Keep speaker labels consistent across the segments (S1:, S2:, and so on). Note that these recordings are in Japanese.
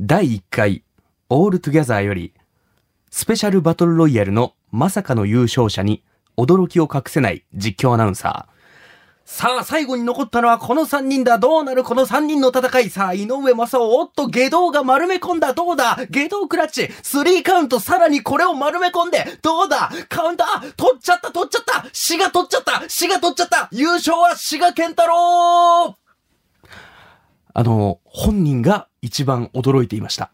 S1: 第1回、オールトゥギャザーより、スペシャルバトルロイヤルのまさかの優勝者に驚きを隠せない実況アナウンサー。さあ、最後に残ったのはこの3人だ。どうなるこの3人の戦い。さあ、井上正雄、おっと、下道が丸め込んだ。どうだ下道クラッチ。スリーカウント、さらにこれを丸め込んで。どうだカウンター、取っちゃった、取っちゃった。死が取っちゃった。死が取っちゃった。優勝は死が健太郎あの、本人が一番驚いていました。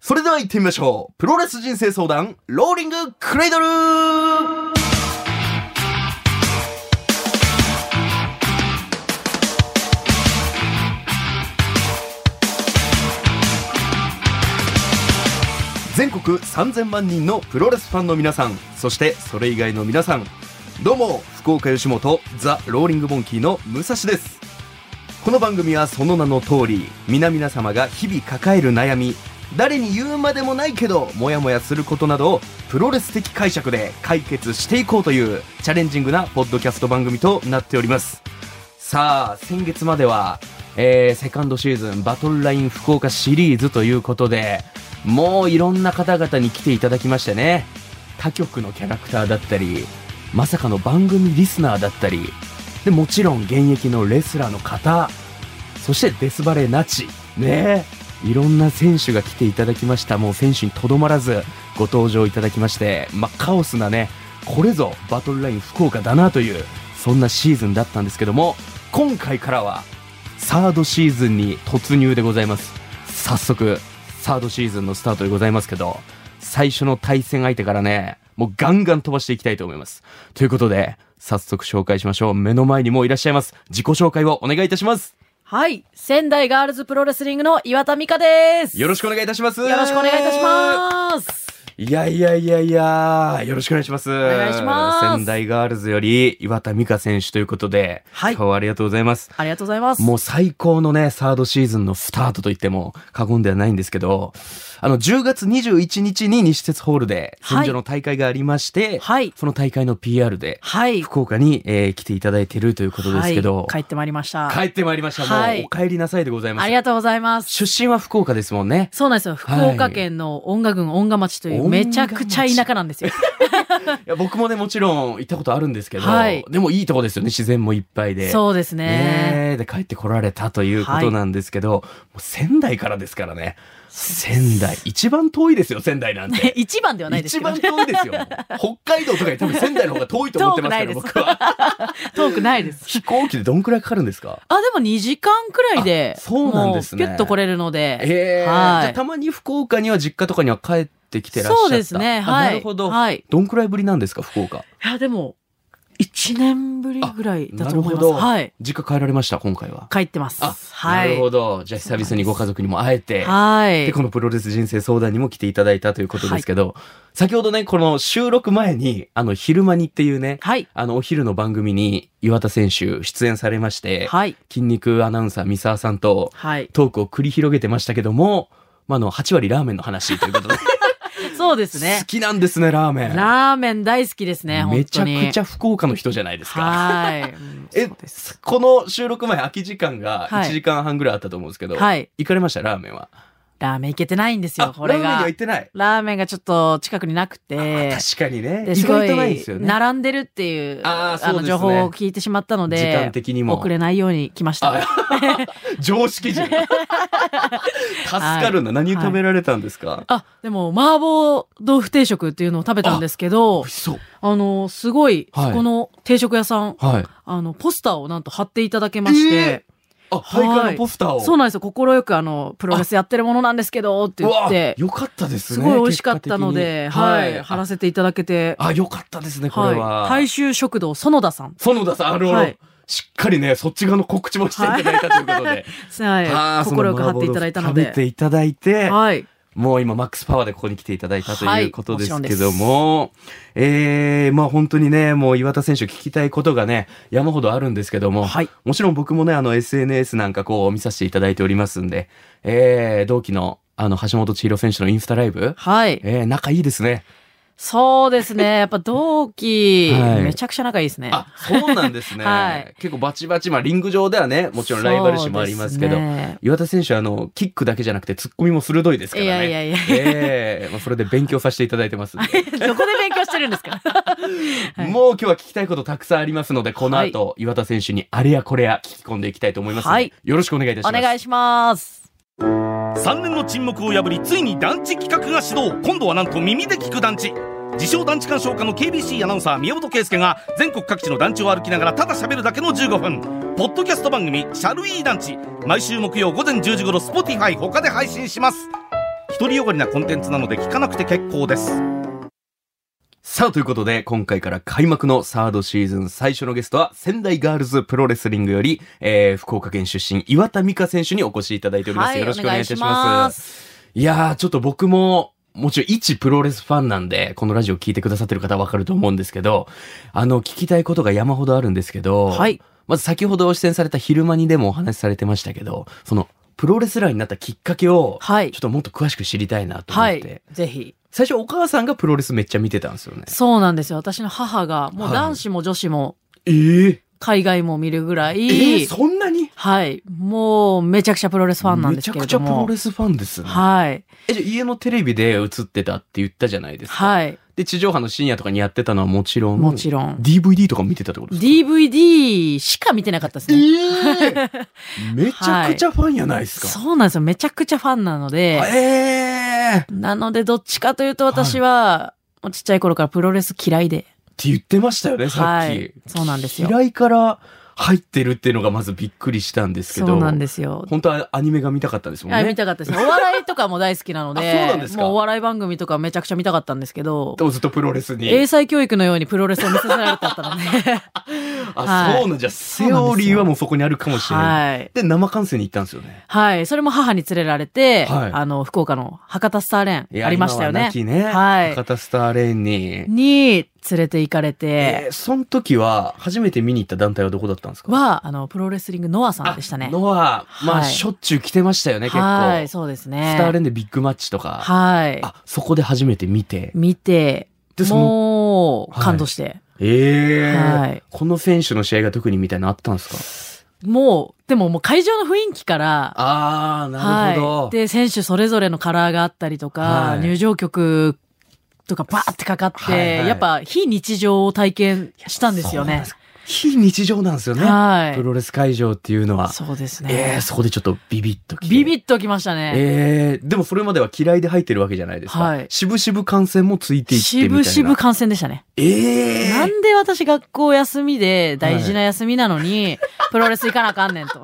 S1: それでは行ってみましょう。プロレス人生相談、ローリングクレイドル全国3000万人のプロレスファンの皆さん、そしてそれ以外の皆さん、どうも、福岡吉本、ザ・ローリングモンキーの武蔵です。この番組はその名の通り皆々様が日々抱える悩み誰に言うまでもないけどモヤモヤすることなどをプロレス的解釈で解決していこうというチャレンジングなポッドキャスト番組となっておりますさあ先月までは、えーセカンドシーズンバトルライン福岡シリーズということでもういろんな方々に来ていただきましてね他局のキャラクターだったりまさかの番組リスナーだったりでもちろん現役のレスラーの方そしてデスバレーナチねえいろんな選手が来ていただきましたもう選手にとどまらずご登場いただきまして、まあ、カオスなねこれぞバトルライン福岡だなというそんなシーズンだったんですけども今回からはサードシーズンに突入でございます早速サードシーズンのスタートでございますけど最初の対戦相手からねもうガンガン飛ばしていきたいと思いますということで早速紹介しましょう目の前にもういらっしゃいます自己紹介をお願いいたします
S2: はい。仙台ガールズプロレスリングの岩田美香です。
S1: よろしくお願いいたします
S2: よろしくお願いいたします。
S1: すいやいやいやいやよろしくお願いしますお
S2: 願いします
S1: 仙台ガールズより岩田美香選手ということで、
S2: はい
S1: 今日はありがとうございます
S2: ありがとうございます。
S1: もう最高のね、サードシーズンのスタートと言っても過言ではないんですけど、あの、10月21日に西鉄ホールで、
S2: はい
S1: 近所の大会がありまして、
S2: はい
S1: その大会の PR で、
S2: はい。
S1: 福岡に、えー来ていただいてるということですけど、
S2: はい、帰ってまいりました。
S1: 帰ってまいりました。
S2: はい
S1: もう、お帰りなさいでございま
S2: あ
S1: す
S2: り。がとうございます。
S1: 出身は福岡ですもんね。
S2: そうなんですよ。福岡県の音楽郡音楽町というめちゃくちゃ田舎なんです
S1: い
S2: よ。
S1: や僕もね、もちろん行ったことあるんですけど、
S2: はい
S1: でもいいとこですよね、自然もいっぱいで。
S2: そうですね。
S1: ねえで帰ってこられたということなんですけど、もう仙台からですからね仙台一番遠いですよ仙台なんて
S2: 一番で はないです
S1: 一
S2: けど
S1: 番
S2: ね。
S1: 遠いです よ北海道とかより多分仙台の方が遠いと思ってますから
S2: 遠くないです
S1: 僕 は
S2: 遠くないです。
S1: 飛行機でどんくらいかかるんですか
S2: あ、でも2時間くらいで、
S1: あそうなんですね
S2: もうピュッと来れるので。
S1: ええ
S2: はい
S1: じゃあたまに福岡には実家とかには帰ってきてらっしゃった
S2: そうですね。
S1: あ
S2: はい。
S1: なるほど、
S2: はい。
S1: どんくらいぶりなんですか福岡
S2: いや、でも、1年ぶりぐらいだと思い
S1: な
S2: ま
S1: るほど
S2: す。はい。
S1: 実家帰られました今回は
S2: 帰ってます。
S1: あ、
S2: はい。
S1: なるほどじゃあ久々にご家族にも会えて
S2: はい。
S1: で、このプロレス人生相談にも来ていただいたということですけど、先ほどね、この収録前に、あの、昼間にっていうね、
S2: はい。
S1: あの、お昼の番組に岩田選手出演されまして、
S2: はい。
S1: 筋肉アナウンサー三沢さんと
S2: はい。
S1: トークを繰り広げてましたけども、まあ、あの、8割ラーメンの話という ことで、
S2: そうですね
S1: 好。きなんですね、ラーメン。
S2: ラーメン大好きですね、本
S1: めち
S2: 当
S1: ゃ
S2: に。
S1: くち
S2: ゃ
S1: ゃ福岡の人じゃないですか。
S2: はい。うん
S1: え
S2: そうです、
S1: この収録前空き時間が
S2: はい
S1: 1時間半ぐらいあったと思うんですけど、
S2: はい。
S1: 行かれました、ラーメンは。
S2: ラーメンいけてないんですよ、
S1: あ、
S2: こ
S1: ラーメ
S2: れ
S1: ンには
S2: が
S1: 行っ。てない。
S2: ラーメンがちょっと近くになくて。
S1: 確かにね。
S2: で
S1: 意
S2: すご
S1: 外とないんですよ
S2: い、
S1: ね。
S2: 並んでるっていう、
S1: あーそうです
S2: の、
S1: ね
S2: 情報を聞いてしまったの
S1: 時間
S2: で、
S1: 的にも
S2: 遅。れないように来ました。
S1: 常識 人。助かるな。何食べられたんですか、
S2: あ、でも、麻婆豆腐定食っていうのを食べたんですけど
S1: 美味、しそう。
S2: あの、すごい、
S1: はい
S2: そこの定食屋さん、
S1: はい。
S2: あの、ポスターをなんと貼っていただけまして、
S1: あ、大会のポスターを。
S2: そうなんですよ。心よくあの、プロレスやってるものなんですけど、って言って
S1: う、わよかったですね。
S2: すごい美味しかったので、
S1: 結果
S2: は
S1: 的に
S2: い、貼
S1: は
S2: ら
S1: い。
S2: せていただけて、
S1: あ、よかったですね、こ
S2: は
S1: れ
S2: い
S1: は。、
S2: 大衆食堂園田さん。
S1: 園田さん、あの、
S2: はい
S1: しっかりね、そっち側の告知もしていただいたということで。
S2: は
S1: あー
S2: い、心よく貼っていただいたの
S1: そ麻婆豆腐食べて
S2: で、
S1: いただいて、
S2: はい、
S1: もう今マックスパワーでここに来ていただいたと
S2: はいいう
S1: ことですけども、えー、まあ本当にね、もう岩田選手聞きたいことがね、山ほどあるんですけども、
S2: はい、
S1: もちろん僕もね、あの SNS なんかこう見させていただいておりますんで、えー、同期のあの橋本千尋選手のインスタライブ、
S2: はい。
S1: えー、仲いいですね。
S2: そうですね。やっぱ同期、
S1: はい
S2: めちゃくちゃ仲いいですね。
S1: あ、そうなんですね。
S2: はい
S1: 結構バチバチ、まあリング上ではね、もちろんライバル視もありますけど
S2: そう、でね
S1: 岩田選手はあの、キックだけじゃなくてツッコミも鋭いですから
S2: い
S1: ね。
S2: やいやいや。
S1: ええまあ、それで勉強させていただいてますんで、
S2: どこで勉強してるんですかはい
S1: もう今日は聞きたいことたくさんありますので、この後、岩田選手にあれやこれや聞き込んでいきたいと思いますので、
S2: はい
S1: よろしく お願いいたし
S2: お
S1: ます。
S2: 願いします。
S3: 3年の沈黙を破りついに団地企画が始動今度はなんと耳で聞く団地自称団地鑑賞家の KBC アナウンサー宮本圭介が全国各地の団地を歩きながらただ喋るだけの15分ポッドキャスト番組「シャルイー団地」毎週木曜午前10時頃 Spotify 他で配信します独りよがりなコンテンツなので聞かなくて結構です
S1: さあ、ということで、今回から開幕のサードシーズン最初のゲストは、仙台ガールズプロレスリングより、えー、福岡県出身、岩田美香選手にお越しいただいております。
S2: はい
S1: よろしくお願いいたします。
S2: お願いします
S1: いやー、ちょっと僕も、もちろん一プロレスファンなんで、このラジオ聞いてくださってる方はわかると思うんですけど、あの、聞きたいことが山ほどあるんですけど、
S2: はい。
S1: まず先ほど出演された昼間にでもお話しされてましたけど、その、プロレスラーになったきっかけを、
S2: はい
S1: ちょっ。ともっと詳しく知りたいなと思っ
S2: は
S1: て、
S2: い。ぜひ。
S1: 最初お母さんがプロレスめっちゃ見てたんですよね。
S2: そうなんですよ。私の母が、もう
S1: はい
S2: 男子も女子も、
S1: えー、
S2: 海外も見るぐら
S1: え
S2: い、
S1: そんなに
S2: はい。もう、めちゃくちゃプロレスファンなんですけれども。
S1: めちゃくちゃプロレスファンですね。
S2: はい。
S1: え、じゃあ家のテレビで映ってたって言ったじゃないですか。
S2: はい。
S1: で、地上波の深夜とかにやってたのはもちろん、
S2: もちろん。
S1: DVD とかも見てたってことですか
S2: DVD しか見てなかったですね。
S1: え えめちゃくちゃファンやないですか。
S2: そうなんですよ。めちゃくちゃファンなので、
S1: ええ
S2: なのでどっちかというと私は、もうちっちゃい頃からプロレス嫌いで。
S1: って言ってましたよね、さっき。
S2: はい。そうなんですよ。
S1: 嫌いから入ってるっていうのがまずびっくりしたんですけど。
S2: そうなんですよ。
S1: 本当はアニメが見たかったんですもん
S2: はい、見
S1: ね。
S2: たかったですね。お笑いとかも大好きなので、
S1: あそうなんですか
S2: もうお笑い番組とかめちゃくちゃ見たかったんですけど
S1: で、もずっとプロレスに。
S2: 英才教育のようにプロレスを見させられてたので。
S1: あ、
S2: はい
S1: そうなんじゃ、セオリーはもうそこにあるかもしれない。
S2: はい。
S1: で、生観戦に行ったんですよね。
S2: はい。それも母に連れられて、
S1: はい
S2: あの、福岡の博多スターレ
S1: い
S2: ーン
S1: や
S2: ありましたよ
S1: 今は
S2: ね
S1: 亡。きね。
S2: はい
S1: 博多スターレーンに。
S2: に連れて行かれ
S1: え
S2: て、
S1: ーその時は、初めて見に行った団体はどこだったんですか
S2: は、あの、プロレスリングノアさんでしたね。
S1: ノア、ま
S2: は
S1: あ、
S2: い
S1: しょっちゅう来てましたよね、結構。
S2: はい、そうですね。
S1: スターレンでビッグマッチとか。
S2: はい。
S1: あ、そこで初めて見て。
S2: 見て、
S1: で、その、
S2: もう、
S1: はい
S2: 感動して。
S1: ええ
S2: はい
S1: この選手の試合が特にみたいなのあったんですか
S2: もう、でももう会場の雰囲気から、
S1: ああ、なるほど。
S2: はい。で、選手それぞれのカラーがあったりとか、
S1: はい
S2: 入場曲とかバーってかかって、
S1: はいはい
S2: やっぱ非日常を体験したんです
S1: そ
S2: よ
S1: うなん
S2: ね
S1: で。す非日常なんですよね。
S2: はい
S1: プロレス会場っていうのは。
S2: そうです
S1: ええ
S2: ね。
S1: そこでちょっとビビッときて。
S2: ビビッときましたね。
S1: ええでもそれまでは嫌いで入ってるわけじゃないですか。
S2: はい
S1: 渋々感染もついていってみた
S2: し
S1: いな。
S2: ぶしぶ感染でしたね。
S1: ええ
S2: なんで私学校休みで大事な休みなの に、プロレス行かなあかんねんと。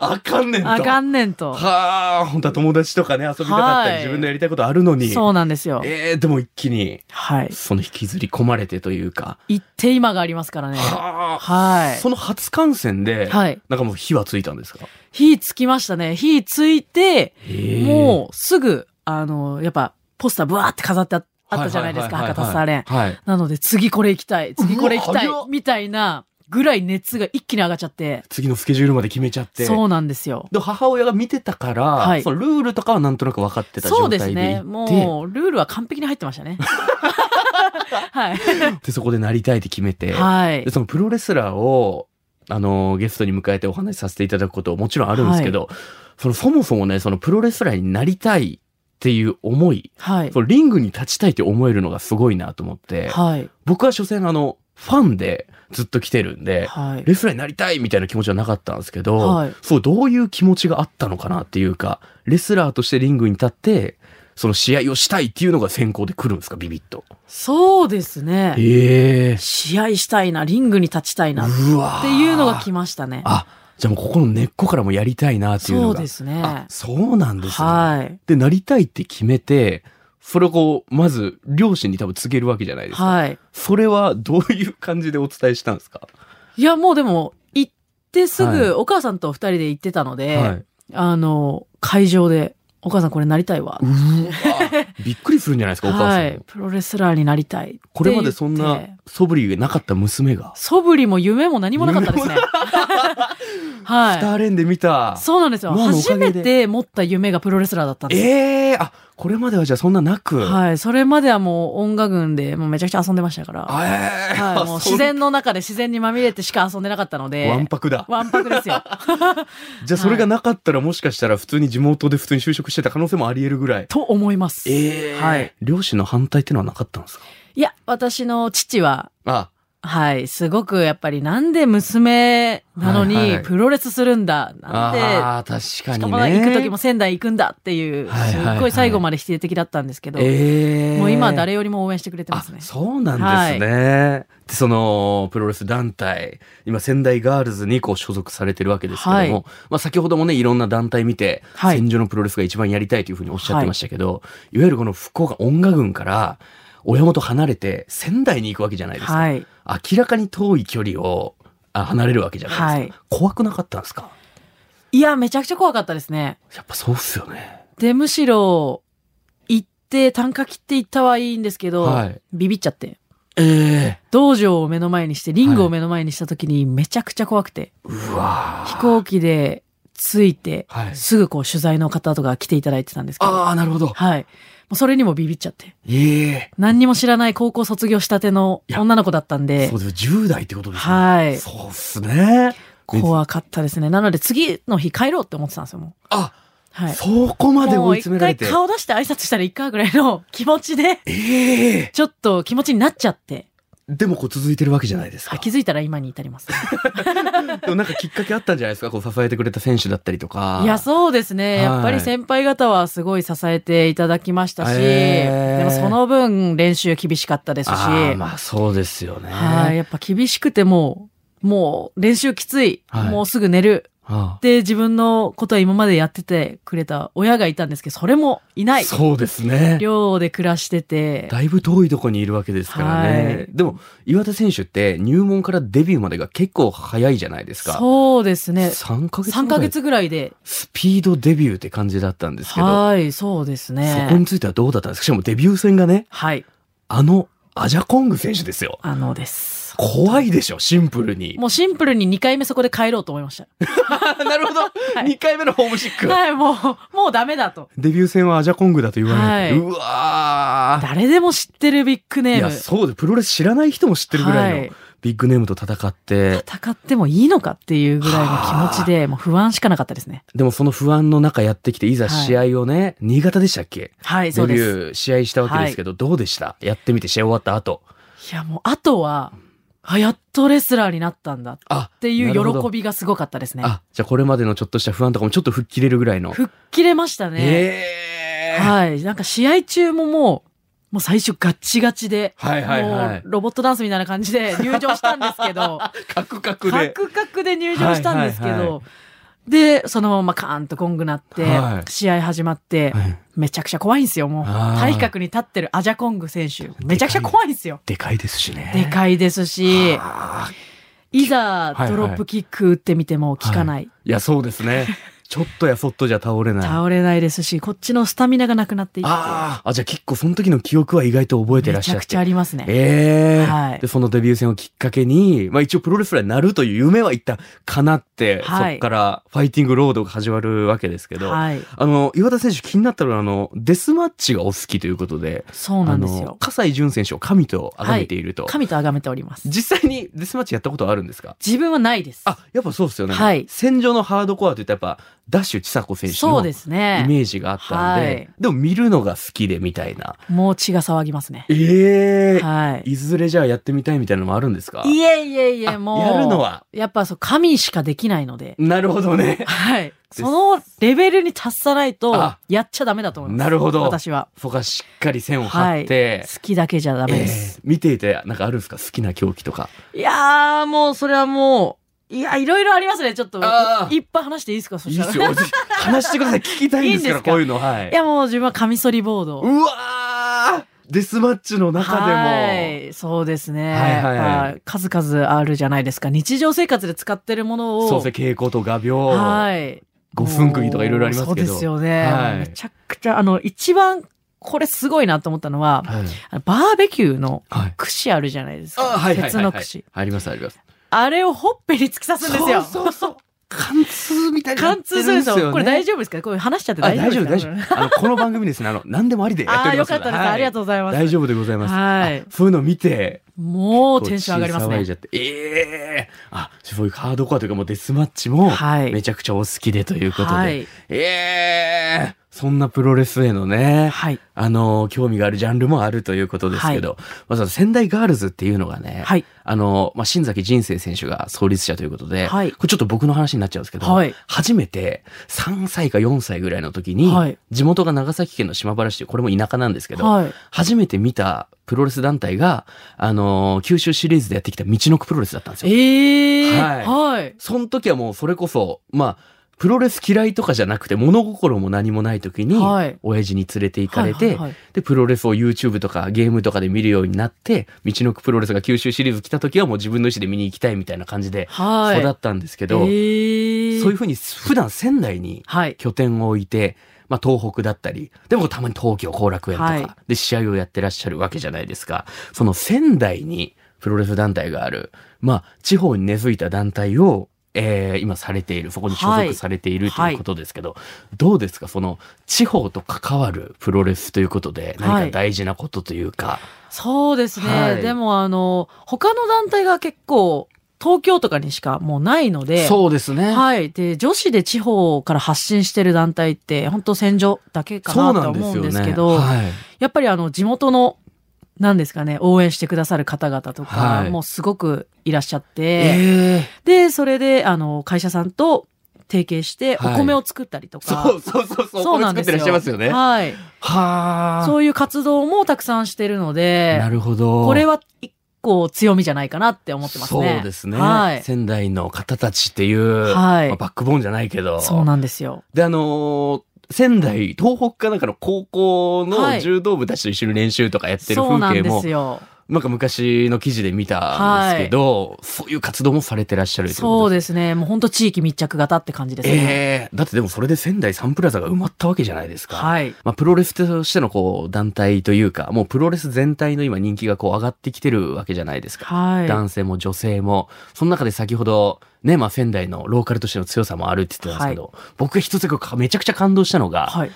S1: あかんねんと。
S2: あかんねんと。
S1: はあ、本当は友達とかね、遊びたかったり、
S2: はい
S1: 自分のやりたいことあるのに。
S2: そうなんですよ。
S1: ええでも一気に、
S2: はい。
S1: その引きずり込まれてというか。
S2: 行って今がありますからね。
S1: は
S2: は
S1: その初感染で、
S2: い。はい。
S1: なんかもう火はついたんですか
S2: 火つきましたね。火ついて、
S1: ええ
S2: もうすぐ、あの、やっぱ、ポスターブワーって飾ってああ
S1: は
S2: っ
S1: い
S2: たじゃないですか、
S1: はは
S2: 博多スタ
S1: はい
S2: ーレン。
S1: はい。
S2: なので、次これ行きたい、次これ行きたいう
S1: わ早っ、
S2: みたいな、ぐらい熱が一気に上がっちゃって。
S1: 次のスケジュールまで決めちゃって。
S2: そうなんですよ。
S1: で母親が見てたから、
S2: はい
S1: そのルールとかはなんとなく分かってた
S2: そ
S1: 状
S2: うです
S1: 態で行って
S2: ね。もう、ルールは完璧に入ってまし たね。はい。
S1: でそこでなりたいって決めて、
S2: はい
S1: で。そのプロレスラーをあのゲストに迎えてお話しさせていただくこともちろんあるんですけど、そのそもそもねそのプロレスラーになりたいっていう思い
S2: はい。
S1: そのリングに立ちたいって思えるのがすごいなと思って、
S2: はい。
S1: 僕は所詮あのファンでずっと来てるんで、
S2: はい。
S1: レスラーになりたいみたいな気持ちはなかったんですけど、
S2: はい
S1: そう、どういう気持ちがあったのかなっていうか、レスラーとしてリングに立って、その試合をしたいっていうのが先行で来るんですか、ビビッと。
S2: そうですね。
S1: ええ
S2: 試合したいな、リングに立ちたいな、っ
S1: うわー
S2: ていうのが来ましたね。
S1: あ、じゃあもうここの根っこからもやりたいなっていう
S2: そ
S1: のが。
S2: うです
S1: あ
S2: ね、。
S1: そうなんですね。
S2: はい。
S1: で、なりたいって決めて、それをこう、まず、両親に多分告げるわけじゃないですか。
S2: はい。
S1: それはどういう感じでお伝えしたんですか、
S2: いや、もうでも、行ってすぐ、
S1: はい
S2: お母さんと二人で行ってたので、
S1: はい。
S2: あの、会場で、お母さんこれなりたいわ
S1: う。わびっくりするんじゃないですか、お母さ
S2: は
S1: んも。
S2: い。プロレスラーになりたいって言って。
S1: これまでそんな素振りがなかった娘が。
S2: 素振りも夢も何もなかっ たですね。
S1: スタ
S2: は
S1: ーレンで見た。
S2: い。そうなんですよ。
S1: まあおか
S2: 初
S1: げで
S2: めて持った夢がプロレスラーだったんですよ。
S1: ええあ、これまではじゃあそんななく。い。
S2: はい。それまではもう音楽群でもうめちゃくちゃ遊んでましたから。は
S1: ええ
S2: い。もう自然の中で自然にまみれてしか遊んでなかったので。
S1: わんぱくだ。
S2: わんぱくですよ。
S1: じゃあそれがなかったらもしかしたら普通に地元で普通に就職してた可能性もあり得るぐらい。
S2: と思います。
S1: ええ
S2: はい。
S1: 両親の反対ってのはなかったんですか
S2: いや、私の父は、
S1: あ、
S2: はい、すごくやっぱりなんで娘なの
S1: はいは
S2: に
S1: い
S2: プロレスするんだ、なんで、
S1: ああ、確か
S2: し
S1: に
S2: か
S1: ね。
S2: も行く時も仙台行くんだっていう、
S1: はい
S2: す
S1: はいはい
S2: っごい最後まで否定的だったんですけど、
S1: ええ
S2: もう今は誰よりも応援してくれてますね
S1: あ。そうなんですね。でそのプロレス団体今仙台ガールズにこう所属されてるわけですけども、
S2: はい
S1: まあ、先ほどもねいろんな団体見て、
S2: はい
S1: 戦場のプロレスが一番やりたいというふうにおっしゃってましたけど、い、わゆるこの福岡音楽軍から親元離れて仙台に行くわけじゃないですか、
S2: はい。
S1: 明らかに遠い距離をあ離れるわけじゃないですか、怖くなかったんですか
S2: いや、めちゃくちゃ怖かったですね。
S1: やっぱそうっすよね。
S2: で、むしろ、行って、単価切って行ったはいいんですけど、
S1: はい
S2: ビビっちゃって。
S1: ええ
S2: 道場を目の前にして、リングを目の前にした時にめちゃくちゃ怖くて、
S1: うわー
S2: 飛行機で着いて、
S1: はい
S2: すぐこう取材の方とか来ていただいてたんですけど、
S1: ああなるほど。
S2: はい。もうそれにもビビっちゃって。
S1: ええ
S2: 何にも知らない高校卒業したての
S1: いや
S2: 女の子だったんで
S1: そう、です10代ってことですね。
S2: はい
S1: そうっすね。
S2: 怖かったですね。なので次の日帰ろうって思ってたんですよ、もう。
S1: あ、
S2: はい。
S1: そこまで
S2: も
S1: 追
S2: う
S1: い
S2: 一
S1: 詰められ
S2: 回
S1: て。
S2: 顔出して挨拶したらいいかぐらいの気持ち で、
S1: ええ
S2: ちょっと気持ちになっちゃって、
S1: でもこう続いてるわけじゃないですか。
S2: あ気づいたら今に至ります。
S1: でもなんかきっかけあったんじゃないですかこう支えてくれた選手だったりとか。
S2: いや、そうですね。
S1: はい
S2: やっぱり先輩方はすごい支えていただきましたし、
S1: へー
S2: でもその分練習厳しかったですし、
S1: あーまあそうですよね。
S2: はい、やっぱ厳しくてもう、もう練習きつい、
S1: はい
S2: もうすぐ寝る
S1: あ
S2: で自分のことは今までやっててくれた親がいたんですけど、それもい
S1: あ
S2: ない。
S1: そうですね。
S2: 寮で暮らしてて、
S1: だいぶ遠いとこにいるわけですからね。
S2: はい
S1: でも、岩田選手って入門からデビューまでが結構早いじゃないですか。
S2: そうですね。
S1: 3ヶ月ぐらい
S2: 3ヶ月ぐらいで。
S1: スピードデビューって感じだったんですけど、
S2: はい、そうです
S1: そこに
S2: ね。
S1: ついてはどうだったんですかしかもデビュー戦がね、
S2: はい、
S1: あの、アジャコング選手ですよ。
S2: あのです。
S1: 怖いでしょ、シンプルに。
S2: もうシンプルに2回目そこで帰ろうと思いまし
S1: なるほど。
S2: い
S1: 2回目のホームシッ
S2: た。
S1: ク。
S2: はい、もう、もうダメだと。
S1: デビュー戦はアジャコングだと言われて、
S2: はいう
S1: わー。
S2: 誰でも知ってるビッグネ
S1: い
S2: ーム。
S1: や、そうで、プロレス知らない人も知ってるぐら
S2: はいい
S1: のビッグネームと戦って、
S2: 戦ってもいいのかっていうぐらいの気持ちで、もう不安しかなかったですね。
S1: でもその不安の中やってきて、いざ
S2: はい
S1: 試合をね、新潟でしたっけ
S2: はい、そ
S1: デ
S2: う
S1: ビ
S2: です。
S1: ュー試合したわけですけど、どうでしたやってみて試合終わった後。
S2: いや、もう、あとは、あ、やっとレスラーになったんだっ
S1: あ、
S2: てい
S1: な
S2: う
S1: るほど
S2: 喜びがすごかったですね。
S1: あ、じゃあこれまでのちょっとした不安とかもちょっと吹っ切れるぐらいの。
S2: 吹っ切れましたね。
S1: えー
S2: はい。なんか試合中ももう、もう最初ガッチガチで、
S1: はいはいは
S2: もう
S1: い。
S2: ロボットダンスみたいな感じで入場したんです けど、
S1: カクカク
S2: カ
S1: で。
S2: クカクで入場したんですけど、
S1: はいはいは
S2: で、そのままカーンとゴングなって、
S1: はい
S2: 試合始まって、
S1: はい
S2: めちゃくちゃ怖いんですよ、もう。
S1: あー
S2: 体格に立ってるアジャコング選手。めちゃくちゃ怖いんですよ。
S1: でかいですしね。
S2: でかいですし、
S1: あー
S2: いざ
S1: はい
S2: ドロップキック打ってみても効かない。
S1: いや、そうです ね。ちょっとやそっとじゃ倒れない。あ
S2: 倒れないですし、こっちのスタミナがなくなっていって、
S1: あー、あ、じゃあ結構その時の記憶は意外と覚えてらっ
S2: め
S1: し
S2: ち
S1: ゃ
S2: ゃ
S1: っ
S2: く
S1: て。
S2: ちゃありますね。
S1: ええ
S2: はい
S1: で、そのデビュー戦をきっかけに、まあ一応プロレスラーになるという夢は一旦叶って、
S2: はい
S1: そっからファイティングロードが始まるわけですけど、
S2: はい。
S1: あの、岩田選手気になったのは、あの、デスマッチがお好きということで、
S2: そうなんです
S1: あの
S2: よ。
S1: 葛西潤選手を神と崇めていると、
S2: 神と崇めております。
S1: 実際にデスマッチやったことはあるんですか
S2: 自分はないです。
S1: あ、やっぱそうですよね。
S2: はい
S1: 戦場のハードコアといったらやっぱ、ダッシュ千佐子選手
S2: そう
S1: の
S2: です
S1: イ
S2: ね。
S1: メージがあったんで、
S2: はい
S1: でも見るのが好きでみたいな。
S2: もう血が騒ぎますね。
S1: ええ
S2: はい。
S1: いずれじゃあやってみたいみたいなのもあるんですか
S2: いえいえいえ、
S1: あ
S2: もう。
S1: やるのは。
S2: やっぱそう、神しかできないので。
S1: なるほどね。
S2: はい。そのレベルに達さないと
S1: あ、
S2: やっちゃダメだと思います。
S1: なるほど
S2: 私は。
S1: そこはしっかり線を
S2: は
S1: 張
S2: い。
S1: って、
S2: 好きだけじゃダメです。
S1: ええ見ていて、なんかあるんですか好きな競技とか。
S2: いやー、もう、それはもう、いや、いろいろありますね。ちょっと、
S1: あー
S2: いっぱい話していいですかそ
S1: い
S2: し
S1: い
S2: た
S1: っ
S2: ら。
S1: すよ。話してください。聞きたいんですから、
S2: いいんですか
S1: こういうの。はい。
S2: いや、もう自分はカミソリボード。
S1: うわーデスマッチの中でも。
S2: はい。そうですね。
S1: はいはいはい
S2: まあ数々あるじゃないですか。日常生活で使ってるものを。
S1: そうですね、傾向と画鋲。
S2: はい。
S1: 五分釘とかいろいろありますけど。
S2: そうですよね。
S1: はい
S2: めちゃくちゃ、あの、一番これすごいなと思ったのは、
S1: はい。
S2: あのバーベキューの
S1: はい
S2: 串あるじゃないです
S1: あ
S2: か。
S1: はいはいはい、
S2: 鉄
S1: はい。
S2: の串。
S1: ありますあります。
S2: あれをほっぺに突き刺すんですよ。
S1: そうそうそう。貫通みたいにな
S2: 貫
S1: ってる
S2: 通
S1: ん
S2: するん
S1: で
S2: ですす
S1: よ、ね。
S2: よ。これ大丈夫ですかこれ話しちゃって
S1: あ
S2: 大
S1: 大丈
S2: 丈夫
S1: 夫
S2: で
S1: 大
S2: す
S1: 丈
S2: か
S1: 夫。あのこの番組ですね、あの何でもありでやって
S2: あ
S1: お
S2: あー、
S1: りま
S2: よ
S1: す
S2: かったです。ありがと
S1: う
S2: うござい
S1: ご
S2: ます。
S1: 大丈夫でございます。
S2: はい
S1: あ。そういうのを見て。
S2: もうテンション上がります
S1: こう血騒い
S2: ね
S1: じ。ゃってええあ、そういうハードコアというかもうデスマッチも、
S2: はい
S1: めちゃくちゃお好きでということで。
S2: はい
S1: ええそんなプロレスへのね、
S2: はい。
S1: あの、興味があるジャンルもあるということですけど、まずは仙台ガールズっていうのがね、
S2: はい。
S1: あの、まあ、新崎人生選手が創立者ということで、
S2: はい
S1: これちょっと僕の話になっちゃうんですけど、
S2: はい
S1: 初めて3歳か4歳ぐらいの時に、
S2: はい
S1: 地元が長崎県の島原市という、これも田舎なんですけど、
S2: はい。
S1: 初めて見たプロレス団体が、あのー九州シリーズでやってきた道のくプロレスだったんですよ。
S2: ええ
S1: はい
S2: はい。
S1: その時はもうそれこそ、まあ、プロレス嫌いとかじゃなくて物心も何もない時に
S2: はい、
S1: 親父に連れて行かれて、
S2: はいはいはい
S1: で、プロレスを YouTube とかゲームとかで見るようになって、道のくプロレスが九州シリーズ来た時はもう自分の意思で見に行きたいみたいな感じで
S2: はい。
S1: 育ったんですけど、
S2: ええ
S1: そういうふうに普段仙台に
S2: はい。
S1: 拠点を置いて、まあ、東北だったり、でもたまに東京後楽園とか、
S2: はい
S1: で試合をやってらっしゃるわけじゃないですか。その仙台にプロレス団体がある、まあ、地方に根付いた団体を、えー今されている、そこに所
S2: は
S1: 属
S2: い
S1: されているということですけど、どうですかその地方と関わるプロレスということで、
S2: はい
S1: 何か大事なことというか、
S2: そうですね。
S1: はい
S2: でも、あの、他の団体が結構、東京とかにしかもうないので、
S1: そうですね。
S2: はい。で、女子で地方から発信してる団体って、本当戦場だけか
S1: そう
S2: な
S1: な
S2: と
S1: んです
S2: 思う
S1: よ
S2: ん
S1: ね。
S2: ですけど、
S1: はい。
S2: やっぱりあの、地元の、なんですかね、応援してくださる方々とか、
S1: はい
S2: もうすごくいらっしゃって、
S1: え
S2: で、それで、あの、会社さんと提携して、お
S1: はい
S2: 米を作ったりと
S1: ー
S2: か、
S1: そうそうそうそう、
S2: そうなん
S1: これ作っ
S2: で
S1: てらっ
S2: すよ。
S1: しゃいますよね。は
S2: はい。
S1: あ。
S2: そういう活動もたくさんしてるので
S1: な、るほど。
S2: これは一個強みじゃないかなって思ってますね。
S1: そうですね。
S2: はい。
S1: 仙台の方たちっていう、
S2: はい
S1: まあバックボーンじゃないけど。
S2: そうなんですよ。
S1: で、あのー仙台、東北かなんかの高校
S2: は
S1: の
S2: い
S1: 柔道部たちと一緒に練習とかやってる
S2: そうな
S1: 風景
S2: んで
S1: も、
S2: すよ。
S1: なんか昔の記事で見たんですけど、そういう活動もされてらっしゃるという
S2: そ
S1: こと
S2: う
S1: で
S2: ですね。もう本当地域密着型って感じですね。
S1: ええだってでもそれで仙台サンプラザが埋まったわけじゃないですか。
S2: はい。
S1: まあ、プロレスとしてのこう、団体というか、もうプロレス全体の今人気がこう上がってきてるわけじゃないですか。
S2: は
S1: 男性も女性も、その中で先ほど、ね、まあ、仙台のローカルとしての強さもあるって言ってたんですけど、僕が一つかめちゃくちゃ感動したのが、
S2: い。はい。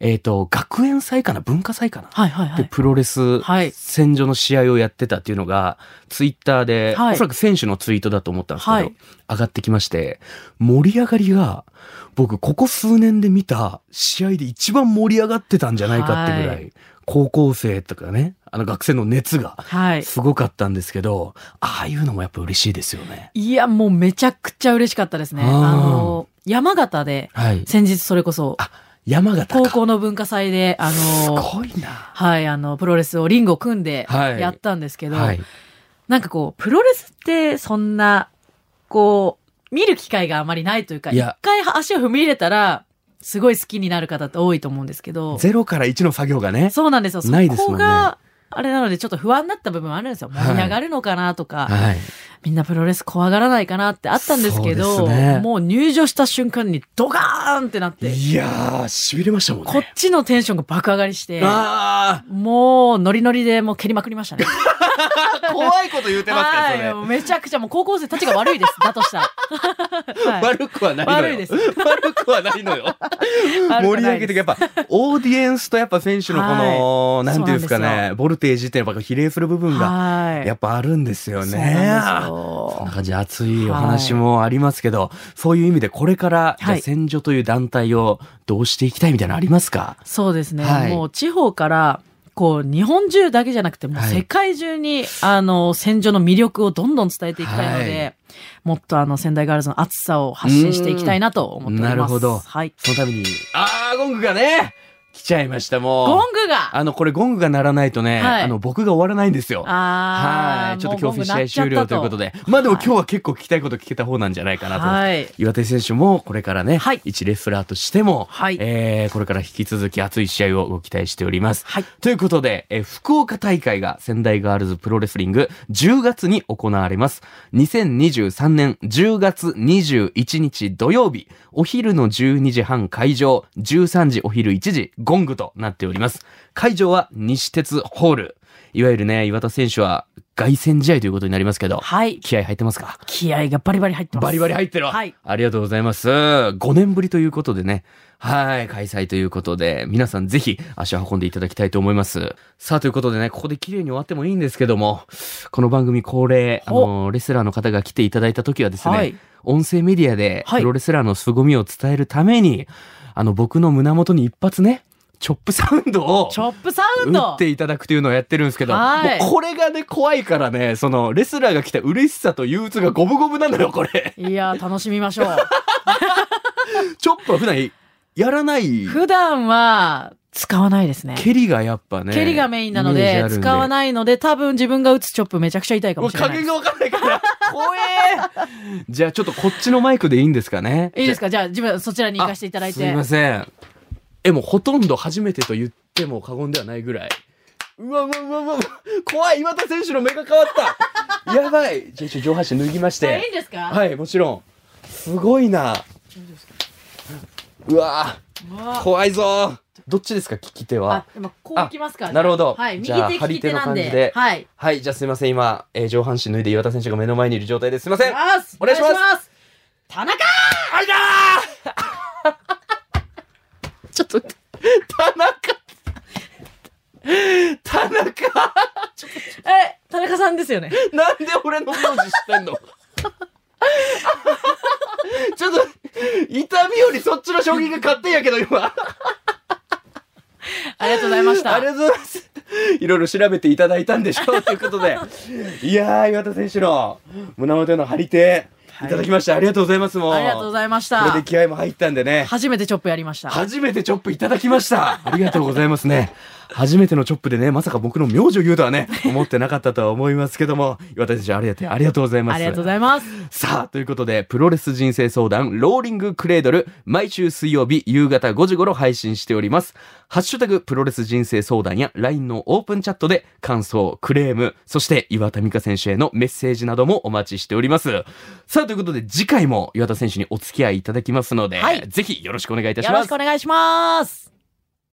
S1: えっ、と、学園祭かな文化祭かな、
S2: はい。はい。は
S1: で、
S2: い。
S1: プロレス
S2: はい
S1: 戦場の試合をやってたっていうのが、ツイッターで、
S2: はい
S1: おそらく選手のツイートだと思ったんですけど、
S2: はい
S1: 上がってきまして、盛り上がりが、僕、ここ数年で見た試合で一番盛り上がってたんじゃないかってぐらい、
S2: は
S1: 高校生とかね、あの学生の熱が、
S2: はい。
S1: すごかったんですけど、ああいうのもやっぱ嬉しいですよね。
S2: いや、もうめちゃくちゃ嬉しかったですね。
S1: あー
S2: あの、山形で、
S1: はい。
S2: 先日それこそ、
S1: あ、山形か。
S2: 高校の文化祭で、あの、
S1: すごいな。
S2: はい、あの、プロレスをリングを組んで
S1: はい
S2: やったんですけど、
S1: はい。
S2: なんかこう、プロレスってそんな、こう、見る機会があまりないというか、
S1: い
S2: 一
S1: や
S2: 回足を踏み入れたら、すごい好きになる方って多いと思うんですけど、
S1: ゼロから一の作業がね。
S2: そうなんですよ。そ
S1: ないですもん
S2: こ
S1: ね
S2: が、あれなのでちょっと不安になった部分はあるんですよ。
S1: はい
S2: 盛り上がるのかなとか、
S1: はい。
S2: みんなプロレス怖がらないかなってあったんですけ
S1: そう
S2: ど、
S1: ですね
S2: もう入場した瞬間にドカーンってなって、
S1: いやー、痺れましたもんね。
S2: こっちのテンションが爆上がりして、
S1: あ
S2: もうノリノリでもう蹴りまくりました ね。
S1: ー、怖いこと言うてますから、そ
S2: はい、
S1: れ。
S2: もうめちゃくちゃもう高校生たちが悪い です。だとしたら。はい
S1: 悪くはないのよ。
S2: 悪いです
S1: 悪くはないのよ。
S2: ないです
S1: 盛り上げて、やっぱ、オーディエンスとやっぱ選手のこの、
S2: はい
S1: なんていうんですか
S2: そうなんです
S1: ね、ボルテージっていうのはやっぱ比例する部分が、
S2: はい。
S1: や
S2: っ
S1: っぱあるんですよね。
S2: そうなんです
S1: そん
S2: よ
S1: な感じで熱いお話もありますけど、そういう意味でこれから、じゃあ
S2: はい
S1: 戦場という団体をどうしていきたいみたいなのありますか
S2: そうですね。
S1: はい
S2: もう地方から、こう、日本中だけじゃなくて、もう
S1: はい
S2: 世界中に、あの、戦場の魅力をどんどん伝えていきたいので、
S1: は
S2: もっとあの、仙台ガールズの熱さを発信していきたいなと思っております。
S1: なるほど
S2: はい。
S1: そのために、あー、ゴングがね、来ちゃいました、もう。
S2: ゴングが
S1: あの、これゴングが鳴らないとね、
S2: はい
S1: あの、僕が終わらないんですよ。
S2: あー
S1: はい。ちょっと
S2: も
S1: 今
S2: う
S1: 日
S2: ゴング
S1: 試合終
S2: 鳴
S1: 了
S2: っち
S1: とい
S2: ゃった
S1: うことで。まあでも今日は結構聞きたいこと聞けた方なんじゃないかなと思います。
S2: はい
S1: 岩手選手もこれからね、
S2: はい
S1: 一レスラーとしても、
S2: はい
S1: えーこれから引き続き熱い試合をご期待しております。
S2: はい
S1: ということで、えー福岡大会が仙台ガールズプロレスリング10月に行われます。2023年10月21日土曜日、お昼の12時半会場、13時お昼1時、5ゴングとなっております。会場は西鉄ホール。いわゆるね、岩田選手は凱旋試合ということになりますけど、
S2: はい。
S1: 気合入ってますか
S2: 気合がバリバリ入ってます。
S1: バリバリ入ってる、
S2: はい。
S1: ありがとうございます。5年ぶりということでね。はい、開催ということで、皆さんぜひ足を運んでいただきたいと思います。さあ、ということでね、ここで綺麗に終わってもいいんですけども、この番組恒例、あ
S2: お
S1: の、レスラーの方が来ていただいた時はですね、
S2: はい
S1: 音声メディアで
S2: はい
S1: プロレスラーの凄みを伝えるために、あの、僕の胸元に一発ね、チョップサウンドを、
S2: チョップサウン
S1: 打
S2: ド
S1: っていただくというのをやってるんですけど、
S2: はい
S1: もうこれがね、怖いからね、その、レスラーが来た嬉しさと憂鬱が五分五分なのよ、これ。
S2: いやー、楽しみましょう。
S1: チョップは普段やらない。
S2: 普段は使わないですね。
S1: 蹴りがやっぱね。
S2: 蹴りがメインなの
S1: イメージ
S2: で
S1: あるん、で
S2: 使わないので、多分自分が打つチョップめちゃくちゃ痛いか
S1: も
S2: も
S1: う
S2: しれ
S1: 加
S2: ない
S1: 減。がわかんないから。怖えじゃあちょっとこっちのマイクでいいんですかね。
S2: いいです
S1: か
S2: かじゃあ、自分、そちらに行かせていただい
S1: す
S2: て
S1: い。ません。え、もうほとんど初めてと言っても過言ではないぐらい。うわうわうわうわ怖い岩田選手の目が変わ ったやばいじゃあ一応上半身脱ぎまし
S2: あ
S1: て
S2: いいんですか
S1: はい、もちろん。すごいな。うわ
S2: う
S1: ぁ、
S2: わー
S1: 怖いぞー。どっちですか、聞き手
S2: あ
S1: は。、
S2: 今こういきますか
S1: あなるほど
S2: はい。右
S1: じゃあ
S2: 手利き手なん
S1: 張り手の感じで
S2: で。はい。
S1: はい、じゃあすいません、今、えー上半身脱いで岩田選手が目の前にいる状態です。すいません。あ
S2: よし
S1: お願いします
S2: す田中
S1: いだーちょっと、田中田中
S2: え、田中さんですよね。
S1: なんで俺の名字知ってんの ちょっと、痛みよりそっちの衝撃が勝手やけど、今。
S2: ありがとうございました。
S1: ありがとうございます。いろいろ調べていただいたんでし ょうということで。いやー、岩田選手の胸元への張り手、いただきました。ありがとうございます、もう。
S2: ありがとうございました
S1: これで気合も入ったんでね。
S2: 初めてチョップやりました。
S1: 初めてチョップいただきました。ありがとうございますね。初めてのチョップでね、まさか僕の名字を言うとはね、思ってなかったとは思いますけども、岩田選手、ありがとう、ありがとうございます。
S2: ありがとうございます。
S1: さあ、ということで、プロレス人生相談、ローリングクレードル、毎週水曜日夕方5時頃配信しております。ハッシュタグ、プロレス人生相談や LINE のオープンチャットで、感想、クレーム、そして岩田美香選手へのメッセージなどもお待ちしております。さあ、ということで、次回も岩田選手にお付き合いいただきますので、
S2: はい
S1: ぜひよろしくお願いいたし
S2: よ
S1: ま
S2: ろ
S1: す
S2: しくお。願いします。